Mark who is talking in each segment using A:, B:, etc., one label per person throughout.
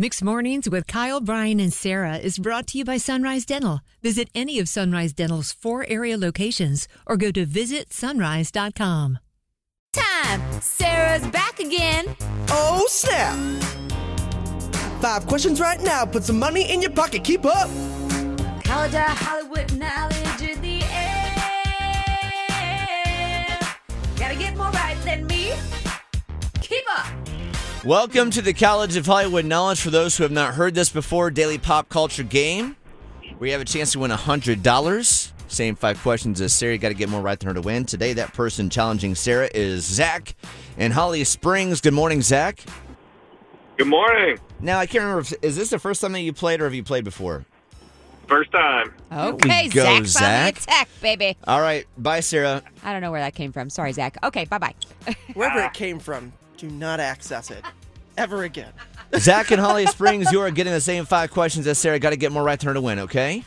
A: Mixed Mornings with Kyle, Brian, and Sarah is brought to you by Sunrise Dental. Visit any of Sunrise Dental's four area locations or go to visitsunrise.com.
B: Time. Sarah's back again.
C: Oh, snap! Five questions right now. Put some money in your pocket. Keep up.
B: College of Hollywood knowledge in the air. Gotta get more right than me. Keep up.
D: Welcome to the College of Hollywood Knowledge. For those who have not heard this before, daily pop culture game. We have a chance to win $100. Same five questions as Sarah. got to get more right than her to win. Today, that person challenging Sarah is Zach in Holly Springs. Good morning, Zach.
E: Good morning.
D: Now, I can't remember, if, is this the first time that you played or have you played before?
E: First time.
B: Okay,
D: go,
B: Zach,
D: Zach.
B: finally attack, baby.
D: All right. Bye, Sarah.
B: I don't know where that came from. Sorry, Zach. Okay, bye bye.
C: Wherever it came from, do not access it ever again.
D: Zach in Holly Springs, you are getting the same five questions as Sarah. Got to get more right than her to win, okay?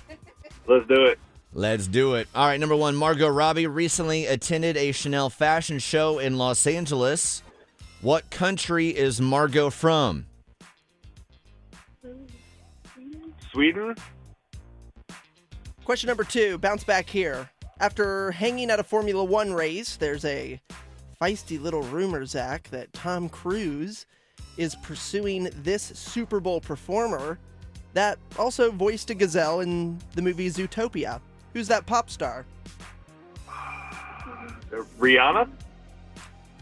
E: Let's do it.
D: Let's do it. All right, number one, Margot Robbie recently attended a Chanel fashion show in Los Angeles. What country is Margot from?
E: Sweden.
C: Question number two bounce back here. After hanging at a Formula One race, there's a feisty little rumor, Zach, that Tom Cruise is pursuing this Super Bowl performer that also voiced a gazelle in the movie Zootopia. Who's that pop star?
E: Rihanna.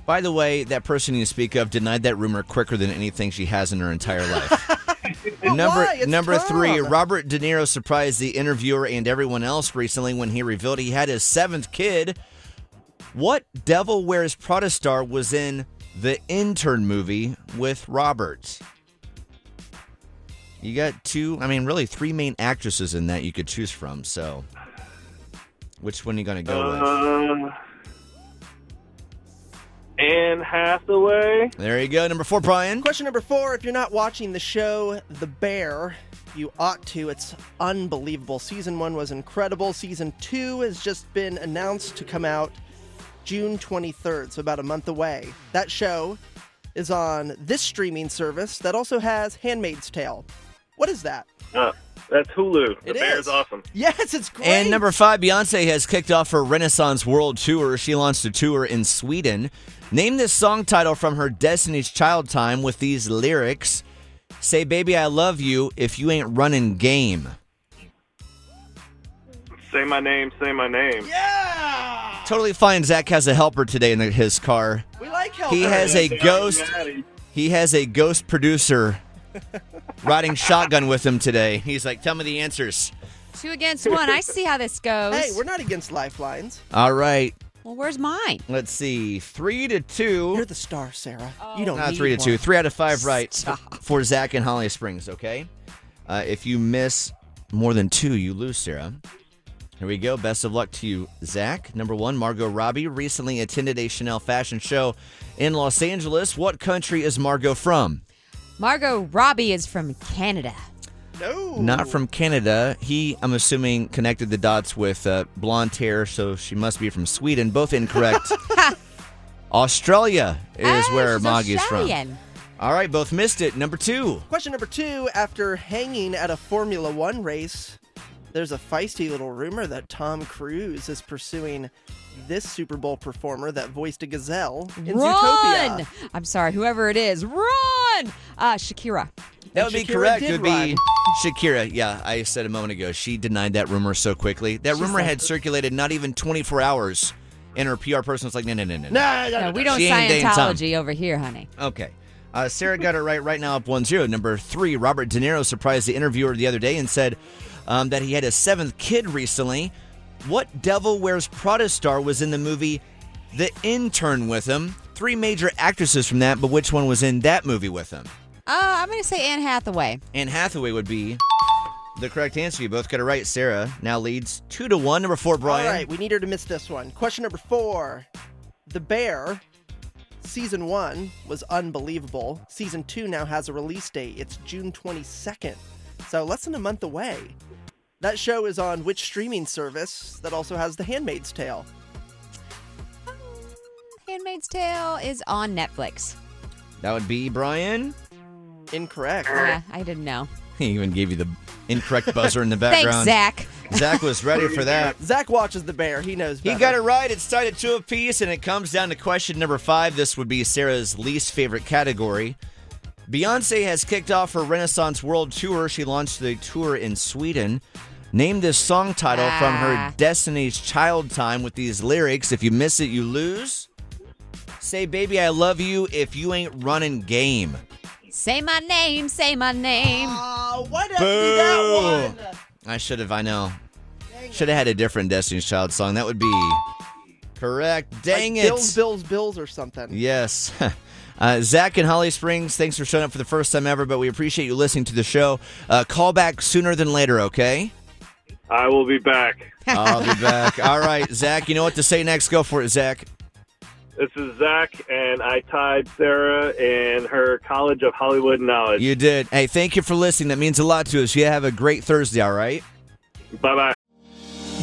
D: By the way, that person you speak of denied that rumor quicker than anything she has in her entire life. number
C: why? It's
D: number three,
C: Tom.
D: Robert De Niro surprised the interviewer and everyone else recently when he revealed he had his seventh kid. What Devil Wears Prada star was in the intern movie with Robert? You got two, I mean, really three main actresses in that you could choose from. So, which one are you going to go with?
E: Um, Anne Hathaway.
D: There you go. Number four, Brian.
C: Question number four If you're not watching the show The Bear, you ought to. It's unbelievable. Season one was incredible. Season two has just been announced to come out June 23rd, so about a month away. That show is on this streaming service that also has Handmaid's Tale. What is that?
E: Uh, that's Hulu. The
C: It
E: Bear's
C: is.
E: awesome.
C: Yes, it's great.
D: And number five, Beyonce has kicked off her Renaissance World Tour. She launched a tour in Sweden. Name this song title from her Destiny's Child time with these lyrics Say, baby, I love you if you ain't running game.
E: Say my name. Say my name.
C: Yeah!
D: Totally fine. Zach has a helper today in his car.
C: We like Hellbent.
D: Oh, He has a
E: Yeah,
D: ghost.
E: yeah.
D: He has a ghost producer riding shotgun with him today. He's like, Tell me the answers.
B: Two against one. I see how this goes.
C: Hey, we're not against lifelines.
D: All right.
B: well, where's mine?
D: Let's see. Three to two.
C: You're the star, Sarah. You don't
D: Not
C: need
D: three to
C: one.
D: two. Three out of five right for Zach and Holly Springs, okay? Uh, if you miss more than two, you lose, Sarah. Here we go. Best of luck to you, Zach. Number one, Margot Robbie recently attended a Chanel fashion show in Los Angeles. What country is Margot from?
B: Margot Robbie is from Canada.
C: No.
D: Not from Canada. He, I'm assuming, connected the dots with uh, blonde hair, so she must be from Sweden. Both incorrect. Australia is
B: Ah,
D: where
B: she's
D: Maggie's from.
B: Australian.
D: All right, both missed it. Number two.
C: Question number two After hanging at a Formula One race, there's a feisty little rumor that Tom Cruise is pursuing this Super Bowl performer that voiced a gazelle in
B: Run!
C: Zootopia.
B: I'm sorry, whoever it is, run! Uh, Shakira.
D: That would be
C: Shakira
D: correct.
C: did
D: It would be Shakira. Yeah, I said a moment ago. She denied that rumor so quickly. That rumor had circulated not even 24 hours, and her PR person was like, no, no, no, no. no.
C: Nah, nah,
B: No,
C: nah.
B: we don't
D: She ain't dating Tom.
B: Scientology over here, honey.
D: Okay. Uh, Sarah got it right right now up 1 0. Number three, Robert De Niro surprised the interviewer the other day and said um, that he had a seventh kid recently. What Devil Wears Prada star was in the movie The Intern with him? Three major actresses from that, but which one was in that movie with him?
B: Uh, I'm going to say Anne Hathaway.
D: Anne Hathaway would be the correct answer. You both got it right. Sarah now leads two to one. Number four,
C: All
D: Brian.
C: right, we need her to miss this one. Question number four The Bear, season one was unbelievable. Season two now has a release date. It's June 22nd, so less than a month away. That show is on which streaming service that also has The Handmaid's Tale?
B: Handmaid's Tale is on Netflix.
D: That would be Brian.
C: Incorrect.
F: Yeah, I didn't know.
D: He even gave you the incorrect buzzer in the
F: Thanks,
D: background.
F: Zach.
D: Zach was ready for that.
C: Zach watches the bear. He knows.
D: He
C: Better.
D: got it right. It's tied at two apiece, and it comes down to question number five. This would be Sarah's least favorite category. Beyonce has kicked off her Renaissance World Tour. She launched the tour in Sweden. Name this song title from her
F: Ah.
D: Destiny's Child time with these lyrics. If you miss it, you lose. Say, baby, I love you if you ain't running game.
F: Say my name, say my name.
C: Aw, why did I do that
D: Boo.
C: one?
D: I should have, I know. Should have had a different Destiny's Child song. That would be correct. Dang
C: Like
D: it.
C: Bills, bills, bills, or something.
D: Yes. Uh, Zach in Holly Springs, thanks for showing up for the first time ever, but we appreciate you listening to the show. Uh, call back sooner than later, okay?
E: I will be back.
D: I'll be back. All right, Zach, you know what to say next. Go for it, Zach.
E: This is Zach, and I tied Sarah in her College of Hollywood Knowledge.
D: You did. Hey, thank you for listening. That means a lot to us. You have a great Thursday, all right?
E: Bye bye.